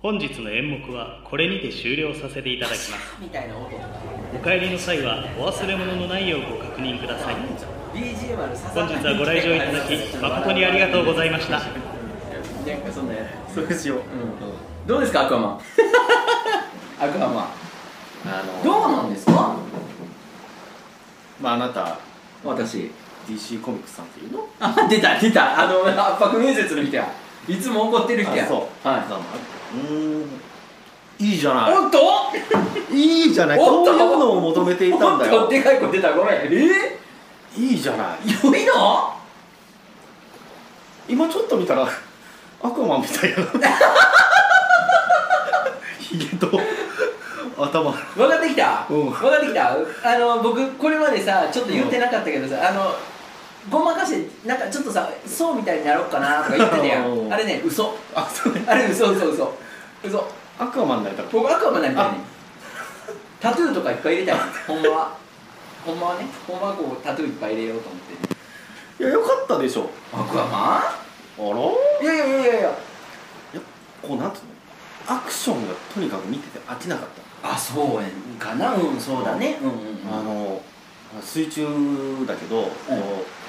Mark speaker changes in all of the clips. Speaker 1: 本日の演目はこれにて終了させていただきます
Speaker 2: みたいな音とか
Speaker 1: お帰りの際はお忘れ物のないようご確認ください
Speaker 2: BGM あるさ
Speaker 1: 本日はご来場いただき誠にありがとうございました
Speaker 2: なんかそんなや
Speaker 3: そうしよう
Speaker 2: つどうですかアクアマンアクアマン
Speaker 3: あの
Speaker 2: どうなんですか
Speaker 3: まああなた
Speaker 2: 私
Speaker 3: DC コミックスさんっていうの
Speaker 2: あ出た出たあの圧迫面接の人やいつも怒ってる人や
Speaker 3: あそう
Speaker 2: はい
Speaker 3: うんいいじゃ
Speaker 2: い
Speaker 3: な
Speaker 2: おっと
Speaker 3: いいいじゃない
Speaker 2: お
Speaker 3: こ
Speaker 2: っ
Speaker 3: う
Speaker 2: と
Speaker 3: いうのを求めていたんだ
Speaker 2: おっと
Speaker 3: よ
Speaker 2: でかい声出たごめんえ
Speaker 3: いいじゃない
Speaker 2: ー、良いの
Speaker 3: 今ちょっと見たらアクアマンみたいなヒゲと
Speaker 2: 分
Speaker 3: 頭
Speaker 2: かってきた、
Speaker 3: うん
Speaker 2: 分かってきたあの僕これまでさちょっと言ってなかったけどさ、あのごまかしてなんかちょっとさそうみたいになろうかなとか言ってたや
Speaker 3: おうん
Speaker 2: あれね嘘
Speaker 3: あそうね
Speaker 2: あれ嘘嘘嘘嘘
Speaker 3: アクアマンになりたかった
Speaker 2: 僕アクアマンなりたいねんタトゥーとかいっぱい入れたいねんほんまはほんまはねほんまはこうタトゥーいっぱい入れようと思ってね
Speaker 3: いやよかったでしょ
Speaker 2: アクアマ
Speaker 3: あらい
Speaker 2: ンいやいやいやいやいや
Speaker 3: やこうなんつうのアクションがとにかく見てて飽きなかった
Speaker 2: あそうやんかなうんそうだねうんうんうん
Speaker 3: あの水中だけど、こう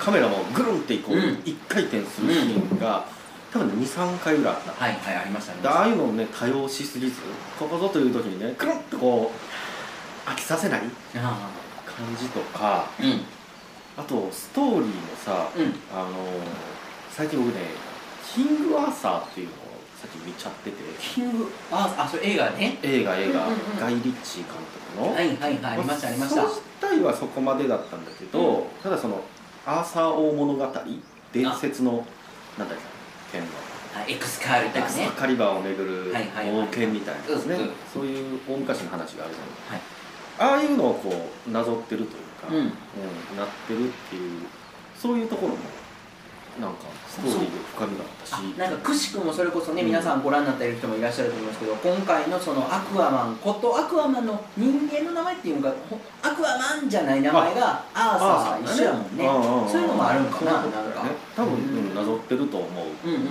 Speaker 3: カメラもぐるんってこう、
Speaker 2: うん
Speaker 3: 一回転するシーンが、多分ね23回ぐらいあった
Speaker 2: はいはいありましたね
Speaker 3: でああいうのをね多用しすぎずここぞという時にねくるんってこう飽きさせない
Speaker 2: あ
Speaker 3: 感じとか
Speaker 2: ーうん
Speaker 3: あとストーリーもさ、
Speaker 2: うん
Speaker 3: あの最近僕ね「キングアーサー」っていうのをさっき見ちゃってて
Speaker 2: キングああそれ映画ね
Speaker 3: 映画映画、
Speaker 2: うんうんうん
Speaker 3: ガイ・リッチー監督の、
Speaker 2: はいはいはいありましたありました
Speaker 3: その自体はそこまでだったんだけど、
Speaker 2: う
Speaker 3: ただそのアーサー王物語伝説のなんだっけ剣の
Speaker 2: あエクスカルタ
Speaker 3: エ
Speaker 2: ー
Speaker 3: クス
Speaker 2: ね
Speaker 3: カリバーをめぐる
Speaker 2: はいはいはい
Speaker 3: 冒険みたいなですね、
Speaker 2: うんうん
Speaker 3: そういう大昔の話があるじ
Speaker 2: はい
Speaker 3: ゃない、ああいうのをこうなぞってるというか、
Speaker 2: うん
Speaker 3: うんなってるっていうそういうところもなんかストーリーで深みがあったし
Speaker 2: あなんかくしくもそれこそね、
Speaker 3: うん
Speaker 2: 皆さんご覧になっている人もいらっしゃると思いますけど今回のそのアクアマンことアクアマンの人間の名前っていうのがほアクアマンじゃない名前がアーサー一緒やもんね
Speaker 3: ああ
Speaker 2: そういうのもあるんかな
Speaker 3: そういう
Speaker 2: な
Speaker 3: こ
Speaker 2: ん
Speaker 3: とだ
Speaker 2: か
Speaker 3: よね多分、
Speaker 2: うん
Speaker 3: うんなぞってると思う、
Speaker 2: うんうんうん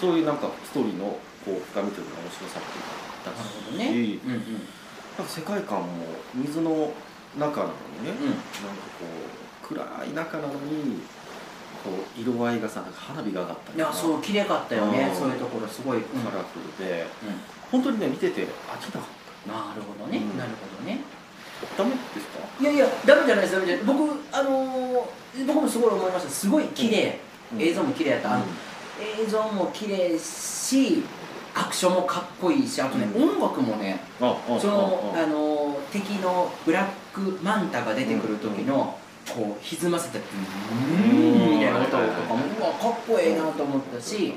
Speaker 3: そういうなんかストーリーのこう深みというか面白さっていう
Speaker 2: なるほど
Speaker 3: のがあったし、
Speaker 2: ねうんうん
Speaker 3: なんか世界観も水の中なのにね、
Speaker 2: うん
Speaker 3: なんかこう暗い中なのにこう色合いがさなんか花火が上がった
Speaker 2: い
Speaker 3: りと
Speaker 2: や
Speaker 3: か
Speaker 2: そう綺麗かったよ
Speaker 3: う
Speaker 2: ね
Speaker 3: ん
Speaker 2: そういうところすごい、うん
Speaker 3: カラフルで、
Speaker 2: う
Speaker 3: 本当にね見てて飽きなかっ
Speaker 2: んなるほどね、
Speaker 3: うん
Speaker 2: なるほどね
Speaker 3: たダメですか
Speaker 2: いやいやダメじゃないですダメじゃない僕あのー僕もすごい思いましたすごい綺麗、
Speaker 3: うん
Speaker 2: 映像も綺麗やった、あの映像も綺麗しアクションもかっこいいしあとね、
Speaker 3: う
Speaker 2: 音楽もね
Speaker 3: ああ
Speaker 2: その
Speaker 3: あ
Speaker 2: あのー敵のブラックマンタが出てくる時の、こう歪ませた「うーん」みたいな音とかもうわかっこええなと思ったし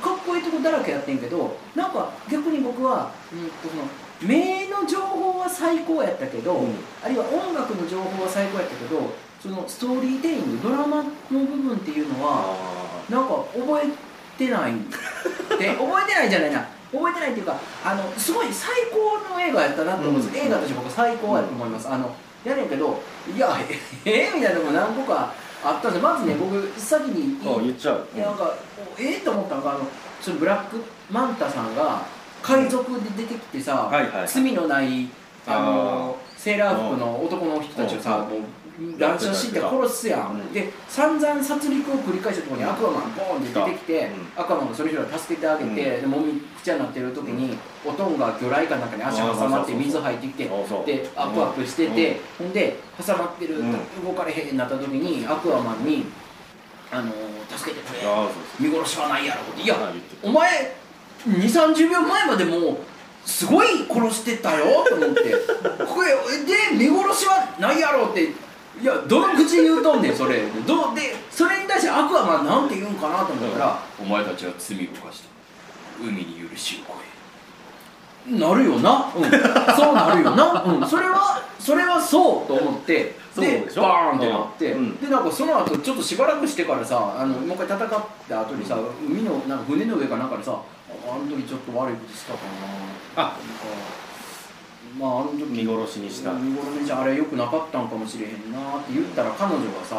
Speaker 2: かっこいいとこだらけやってんけどなんか逆に僕は、うん、とその目の情報は最高やったけど、
Speaker 3: うん
Speaker 2: あるいは音楽の情報は最高やったけどそのストーリーテイングドラマの部分っていうのは
Speaker 3: あ
Speaker 2: なんか覚えてない んで覚えてないじゃないな覚えてないっていうかあのすごい最高の映画やったなと思うんです、
Speaker 3: うん
Speaker 2: 映画として僕最高やと思います、あのやねんけどいやええみたいなのも何個かあったんですよまずね僕先に
Speaker 3: あ言っちゃう
Speaker 2: いやなんかおええと思ったのがあのそのブラックマンタさんが海賊で出てきてさ、
Speaker 3: はいはい
Speaker 2: 罪のないあのセーラー服
Speaker 3: うん
Speaker 2: の男の人たちをさ、もう乱射して殺すやん、
Speaker 3: うん
Speaker 2: で散々殺戮を繰り返したところにアクアマンボーンって出てきて、
Speaker 3: う
Speaker 2: アクアマンがその人ら助けてあげて、
Speaker 3: うん
Speaker 2: でもみくちゃになってる時に、おとんが魚雷かなんかに足挟まって
Speaker 3: あーそうそうそう
Speaker 2: 水入ってきて
Speaker 3: そうそう
Speaker 2: でアップアップしてて、ほんで挟まってる、
Speaker 3: うん
Speaker 2: 動かれへんなった時にアクアマンに「あのー助けてくれ」
Speaker 3: ああそう
Speaker 2: 見殺しはないやろってい
Speaker 3: あ
Speaker 2: や
Speaker 3: 言ってた
Speaker 2: お前2三3 0秒前までもうすごい殺してたよと思って これで見殺しはないやろっていやどの口に言うとんねんそれどうでそれに対してアクアマンなんて言うんかなと思ったら
Speaker 4: お前たちは罪を犯した海に許しを超
Speaker 2: なるよな、 うん、そうなるよな、うん、それはそれはそうと思って
Speaker 3: そうでしょ
Speaker 2: バーンってなって、
Speaker 3: うん
Speaker 2: でなんかその後ちょっとしばらくしてからさあのもう一回戦った後にさ海のなんか船の上かなんかでさああの時ちょっと悪いことしたかな
Speaker 3: あ
Speaker 2: なんかまああの時
Speaker 3: 見殺しにした、うん
Speaker 2: 見頃ねじゃああれ良くなかったんかもしれへんなって言ったら彼女がさ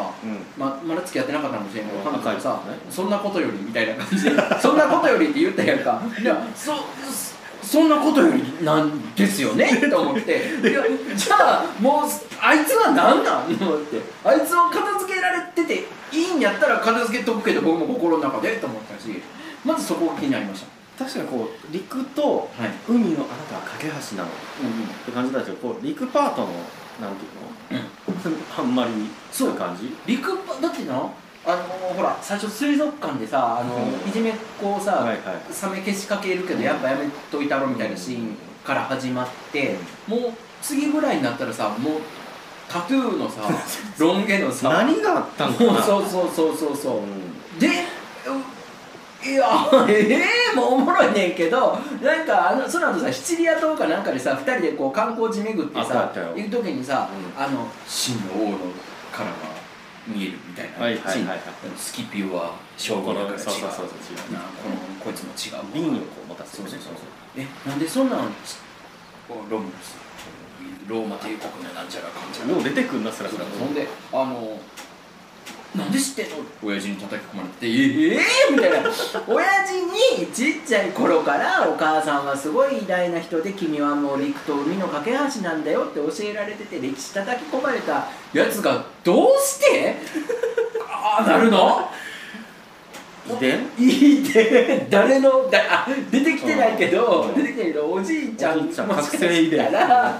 Speaker 2: ままだ付き合ってなかったかもしれんけど彼女がさ
Speaker 3: 若い子
Speaker 2: 「
Speaker 3: ね
Speaker 2: そんなことより」みたいな感じで「そんなことより」って言ったやんかいや そそそんなことよりなんですよ ねと思っていやじゃあもうあいつは何なんと思ってあいつを片付けられてていいんやったら片付けとくけど僕も心の中でと思ったしまずそこが気になりまし
Speaker 3: 確かにこう陸と
Speaker 2: たはい、
Speaker 3: 海のあなたは架け橋なのっ
Speaker 2: うんうん、
Speaker 3: て感じだけどこう陸パートのなんていうの、あんまり
Speaker 2: そう
Speaker 3: な感じ
Speaker 2: 陸パだってなあのほら最初水族館でさあの、
Speaker 3: うん
Speaker 2: いじめっ子をさ、
Speaker 3: はいはい
Speaker 2: サメ消しかけるけどやっぱやめといたろみたいなシーンから始まって、もう次ぐらいになったらさもうタトゥー のさロン毛のさ
Speaker 3: 何があったのか
Speaker 2: もう
Speaker 3: な
Speaker 2: そうそうそうそうそううんでういやええもうおもろいねんけどなんかあのその後さシチリア島かなんかでさ2人でこう観光地巡って
Speaker 3: あ
Speaker 2: さ
Speaker 3: ったよ
Speaker 2: 行く時にさ、
Speaker 3: う
Speaker 2: あの秦の王のからが見えるみたいな、
Speaker 3: はいはいはいはい
Speaker 2: 秦スキピオは
Speaker 3: こ
Speaker 2: 将軍だ
Speaker 3: の
Speaker 2: から違う
Speaker 3: そうそうそうそう
Speaker 2: なこのこいつも違うわ
Speaker 3: 瓶をこう持たせて
Speaker 2: そう
Speaker 3: く
Speaker 2: そう
Speaker 3: れる
Speaker 2: そうえなんでそんなんしロムラスローマ帝国のなんちゃらかんちゃら
Speaker 3: もう出てくんなすらすら
Speaker 2: そんであのなんで知ってんの親父に叩き込まれて「ええー!」みたいな 親父にちっちゃい頃から「お母さんはすごい偉大な人で君はもう陸と海の架け橋なんだよ」って教えられてて歴史叩き込まれたやつがどうして ああなるの
Speaker 3: 遺伝
Speaker 2: いいって 誰のだあ出てきてないけど、
Speaker 3: う
Speaker 2: 出
Speaker 3: ん
Speaker 2: てきてないけどおじいちゃん
Speaker 3: おじいちゃん
Speaker 2: もしか
Speaker 3: 覚醒遺
Speaker 2: し
Speaker 3: 伝
Speaker 2: たら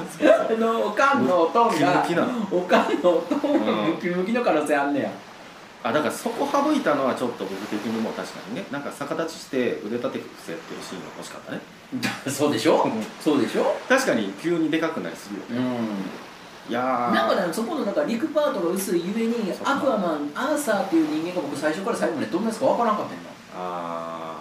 Speaker 2: あのおかんのおとんが
Speaker 3: ムキムキなの
Speaker 2: おかんのおとんが
Speaker 3: うん
Speaker 2: ムキムキの可能性あんねや、
Speaker 3: あだからそこ省いたのはちょっと僕的にも確かにねなんか逆立ちして腕立て伏せっていうシーンが欲しかったね
Speaker 2: そうでしょ
Speaker 3: うん
Speaker 2: そうでしょ
Speaker 3: 確かに急にでかくなりすぎるよね
Speaker 2: うん
Speaker 3: いやー
Speaker 2: なんかねそこのなんか陸パートが薄いゆえに
Speaker 3: そう
Speaker 2: ア
Speaker 3: か
Speaker 2: クアマンアーサーっていう人間が僕最初から最後までどんなやつかわからんかったんだ
Speaker 3: あ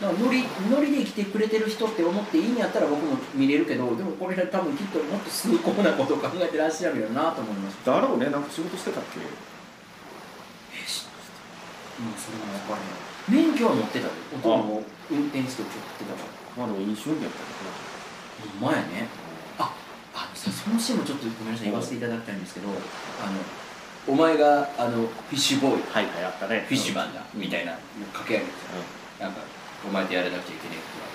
Speaker 2: だからノリノリで生きてくれてる人って思っていいんやったら僕も見れるけどでもこれ多分きっともっと崇高なことを考えてらっしゃるよなと思いました
Speaker 3: ーだろうねなんか仕事してたっけ
Speaker 2: うん、それも分からへん免許は持ってたでお父さんも運転して送ってたから
Speaker 3: まあでも飲酒運転やったけど
Speaker 2: ほ
Speaker 3: な
Speaker 2: んまやねあのさそのシーンもちょっとごめんなさい言わせていただきたいんですけどあのお前があのフィッシュボーイ
Speaker 3: はいはいあったね
Speaker 2: フィッシュマンだみたいな掛け上げてなんかお前とやらなくちゃいけねえって言われて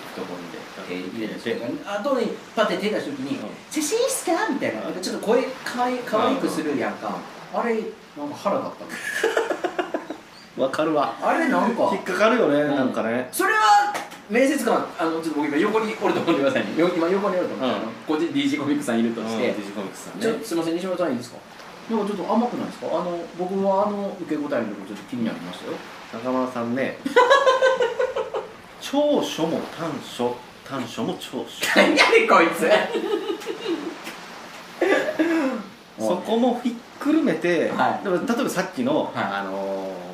Speaker 3: うん
Speaker 2: 手入れてあとにパッて手出した時に
Speaker 3: うん
Speaker 2: 「写真いいっすか?」みたいななんかちょっと声かわいかわいくするやんかあれなんか腹立った
Speaker 3: うんわかるわ
Speaker 2: のあれなんか
Speaker 3: 引っかかるよね、
Speaker 2: うん
Speaker 3: なんかね
Speaker 2: それは面接官あのちょっと僕今横におると思ってくださいねよ今横におると思って、
Speaker 3: うん
Speaker 2: あのこっち DJ コミックさんいるとして、
Speaker 3: デジコミックさん
Speaker 2: ちょっ
Speaker 3: ね
Speaker 2: とすいません西村さんいいですかなんかちょっと甘くないですかあの僕はあの受け答えのとこちょっと気になりましたよ
Speaker 3: 中村さんね長所も短所短所も長所
Speaker 2: 何やねんこいつ
Speaker 3: そこもひっくるめて、
Speaker 2: はい
Speaker 3: でも例えばさっきの、
Speaker 2: い
Speaker 3: あのー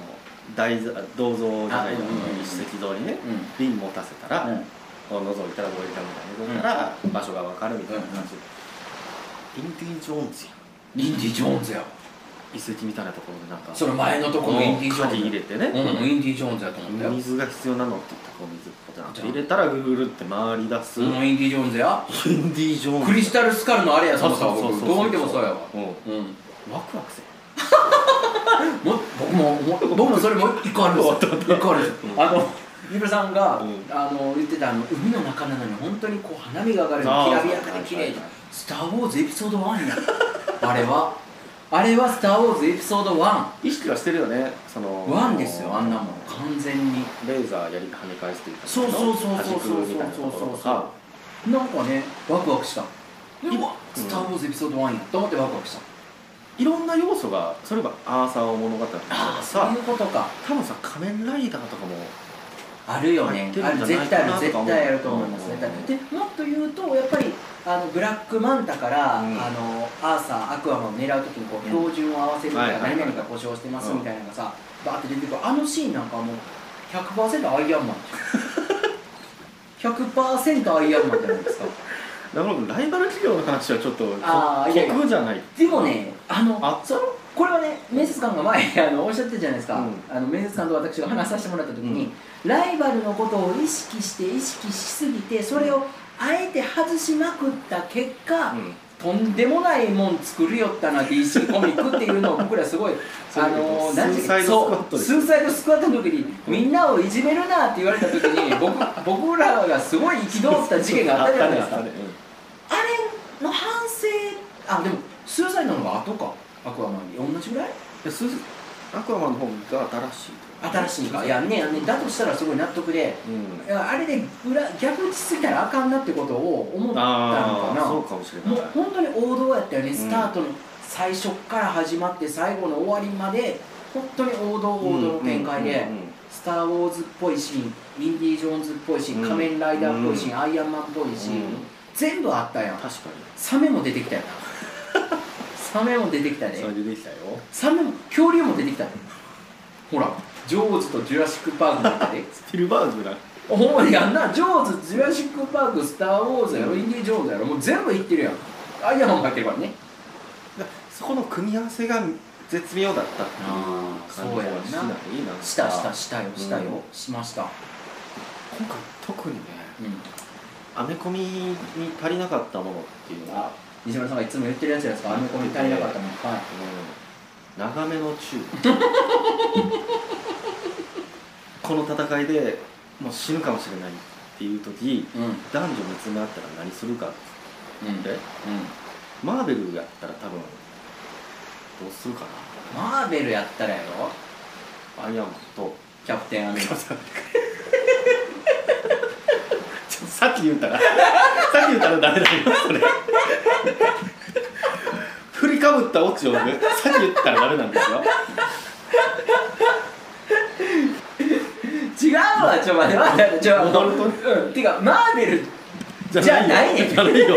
Speaker 3: 台座銅像じゃない
Speaker 2: あうんうんうん
Speaker 3: 一石像にね
Speaker 2: うん
Speaker 3: 瓶持たせたら、
Speaker 2: うん
Speaker 3: このぞいたらどういたみたいなのから、場所が分かるみたいな感じ、インディ・ジョーンズや
Speaker 2: インディ・ジョーンズや
Speaker 3: 遺跡みたいなところでなんか
Speaker 2: その前のとこのインディ・ジョーンズ
Speaker 3: 鍵入れてね、
Speaker 2: うんインディ・ジョーンズやと思ったよう
Speaker 3: 水が必要なのって言ったらこう水ポタンと入れたらぐるぐるって回り出す、
Speaker 2: んインディ・ジョーンズや
Speaker 3: インディ・ジョーンズ
Speaker 2: クリスタル・スカルのあれやそのさ
Speaker 3: そうそうそう
Speaker 2: 僕
Speaker 3: そう
Speaker 2: どう見てもそうやわ
Speaker 3: うん
Speaker 2: うん
Speaker 3: ワクワクせ
Speaker 2: も僕もも僕もそれも一個あるんですよ 一個あるんですよ
Speaker 3: うん
Speaker 2: あの三浦さんが、
Speaker 3: うん
Speaker 2: あの言ってたあの海の中なのに本当にこう花火が上がる
Speaker 3: あー
Speaker 2: きらびやかで綺麗
Speaker 3: はいはい
Speaker 2: な
Speaker 3: はい
Speaker 2: 「スター・ウォーズエピソード1」やあれはあれは「スター・ウォーズエピソード1」
Speaker 3: 意識はしてるよねその
Speaker 2: 1ですよあんなもん完全に
Speaker 3: レーザーやり跳ね返していた
Speaker 2: そうそうそうそうそうそうそうそう
Speaker 3: みたいなところとか
Speaker 2: なんかねワクワクした
Speaker 3: ん
Speaker 2: 今「スター・ウォーズエピソード1」やと思ってワクワクした
Speaker 3: いろんな要素がそれはアーサーを物語って
Speaker 2: ああそう
Speaker 3: さ
Speaker 2: いうことか
Speaker 3: 多分さ仮面ライダーとかも
Speaker 2: あるよねあ
Speaker 3: 入っ
Speaker 2: る
Speaker 3: てるんじゃな
Speaker 2: 絶
Speaker 3: い
Speaker 2: 対あ
Speaker 3: かな
Speaker 2: る
Speaker 3: とか
Speaker 2: 絶
Speaker 3: 思う
Speaker 2: 対あると思います
Speaker 3: うん
Speaker 2: 絶対でもっと言うとやっぱりあのブラックマンタから、
Speaker 3: うん
Speaker 2: あのアーサーアクアマンを狙う時にこう
Speaker 3: うん
Speaker 2: 標準を合わせるとか、
Speaker 3: はいはいはい
Speaker 2: 何々が故障してますみたいなのがさ、バーって出てくるあのシーンなんかもう100%アイアンマン じゃん100%アイアンマンじゃないですか
Speaker 3: だからライバル企業の話はちょっと
Speaker 2: あーいやいや
Speaker 3: 酷じゃない
Speaker 2: でもねあの
Speaker 3: あ
Speaker 2: そうこれはね面接官が前 あのおっしゃってたじゃないですか、
Speaker 3: う
Speaker 2: あの面接官と私が話させてもらった時に、ライバルのことを意識して意識しすぎてそれをあえて外しまくった結果、
Speaker 3: うん
Speaker 2: とんでもないもん作るよったな DC コミックっていう のを僕らすごい
Speaker 3: そう
Speaker 2: あ
Speaker 3: いうこと
Speaker 2: の何時
Speaker 3: スーサイドスクワットです
Speaker 2: スーサイドスクワットの時にみんなをいじめるなって言われた時に僕僕らがすごい憤った事件があったじゃないですか
Speaker 3: あ
Speaker 2: あ
Speaker 3: ったねあったね
Speaker 2: れの反省あでもスーサイドの方が後かアクアマンに同じぐらい
Speaker 3: うんでスズアクアマンの方が新しい
Speaker 2: 新しいかいやねねだとしたらすごい納得で
Speaker 3: うん
Speaker 2: いやあれで裏逆打ちすぎたらあかんなってことを思った
Speaker 3: あ
Speaker 2: のか
Speaker 3: あ
Speaker 2: な
Speaker 3: そうかもしれ
Speaker 2: も
Speaker 3: な
Speaker 2: う
Speaker 3: い
Speaker 2: 本当に王道やったよね、
Speaker 3: ん
Speaker 2: スタートの最初から始まって最後の終わりまで本当に王道王道の展開で
Speaker 3: うんうんうん
Speaker 2: 「スター・ウォーズ」っぽいシーン「インディ・ージョーンズ」っぽいシーン「
Speaker 3: うん
Speaker 2: 仮面ライダー」っぽいシーン「アイアンマン」っぽいシーン、
Speaker 3: うん
Speaker 2: 全部あったやん
Speaker 3: 確か
Speaker 2: サメも出てきたよな サメも出てきた
Speaker 3: に
Speaker 2: ね
Speaker 3: それでできたよ
Speaker 2: サメも恐竜も出てきたねほらジョーズとジュラシック・パークの中で
Speaker 3: スピルバーグだ
Speaker 2: おもやんな、ジョーズ、ジュラシック・パーク、スター・ウォーズやろ、インディ・ジョーンズやろ、もう全部いってるやん。アイアンマンも入ってるからね。
Speaker 3: そこの組み合わせが絶妙だったっていう
Speaker 2: あー
Speaker 3: 感
Speaker 2: そう
Speaker 3: じ
Speaker 2: や
Speaker 3: はし
Speaker 2: んな
Speaker 3: ないなんか
Speaker 2: したしたしたよ
Speaker 3: ん
Speaker 2: したよ、しました、
Speaker 3: 今回特にね
Speaker 2: うん、
Speaker 3: アメコミに足りなかったものっていうのは、
Speaker 2: 西村さんがいつも言ってるやつじゃないですかアメコミ足りなかったもんはい
Speaker 3: うん、長めのチューブこの戦いでもう死ぬかもしれないっていう時
Speaker 2: うんうん
Speaker 3: 男女別になったら何するかって
Speaker 2: うん
Speaker 3: マーベルやったら多分どうするか
Speaker 2: マーベルやったらやろ
Speaker 3: なアイアンマンと
Speaker 2: キャプテンアメリカ
Speaker 3: ちょさっき言ったらさっき言ったらダメだよそれ振りかぶったオチをねさっき言ったらダメなんですよ
Speaker 2: 違うわちょ待って待ってちょ
Speaker 3: 戻るとね
Speaker 2: うんてかマーベルじゃないね
Speaker 3: じゃないよ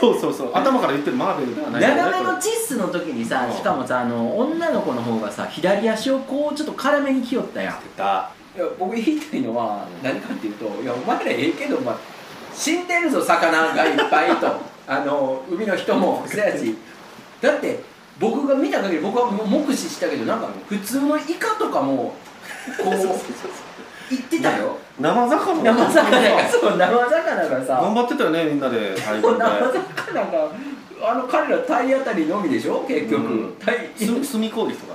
Speaker 3: そうそうそう頭から言ってるマーベルではないよね
Speaker 2: 長めのチッスの時にさ
Speaker 3: うん
Speaker 2: しかもさあの女の子の方がさ左足をこうちょっと絡めに来よったやん
Speaker 3: 出た
Speaker 2: いや僕言いたいのは何かっていうと「いやお前らええけどお前死んでるぞ魚がいっぱいと」 あの海の人 もそうやしだって僕が見た限り僕はもう目視したけどなんか普通のイカとかもこう 言ってたよ
Speaker 3: 生魚
Speaker 2: 生魚がそう生魚がさ
Speaker 3: 頑張ってたよねみんなで配
Speaker 2: 生
Speaker 3: 分で
Speaker 2: 魚があの彼ら体当たりのみでしょ結局、
Speaker 3: うん
Speaker 2: 体
Speaker 3: す隅攻撃とか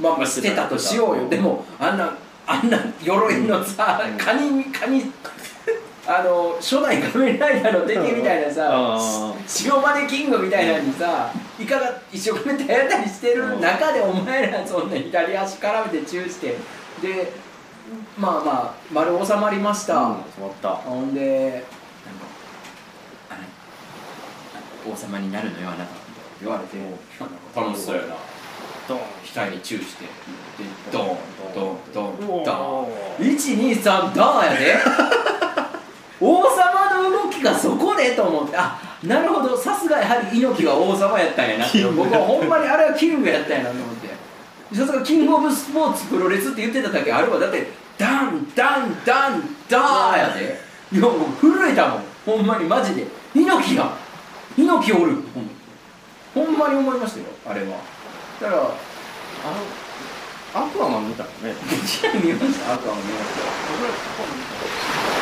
Speaker 2: まあまあしてたとしようよでもあんなあんな鎧のさ、
Speaker 3: うん
Speaker 2: カニカニあの初代仮面ライダーの敵みたいなさ
Speaker 3: あ
Speaker 2: 塩までキングみたいなのにさイカが一生懸命体当たりしてる中でお前らそんな左足絡めてチューしてでまあまあ丸収まりまし
Speaker 3: ー
Speaker 2: た、
Speaker 3: うん止まった
Speaker 2: ほんでなんかあのあの王様になるのよあなたって言われて
Speaker 4: 楽しそうやな
Speaker 3: ドン
Speaker 4: 額にチューしてでドーンドーンドーン
Speaker 3: ドン
Speaker 2: ダ123ダーや で王様の動きがそこでと思ってあなるほどさすがやはり猪木は王様やったんやなって
Speaker 3: キング
Speaker 2: 僕はほんまにあれはキングやったんやなと思ってさすがキングオブスポーツプロレスって言ってただけあれはだってダンダンダンダーやでいやもう震えたもんほんまにマジで猪木が猪木おるほんほんまに思いましたよあれはだから
Speaker 3: あのアクアマン見たのね
Speaker 2: 啊見ましたアクアも見ました
Speaker 3: あ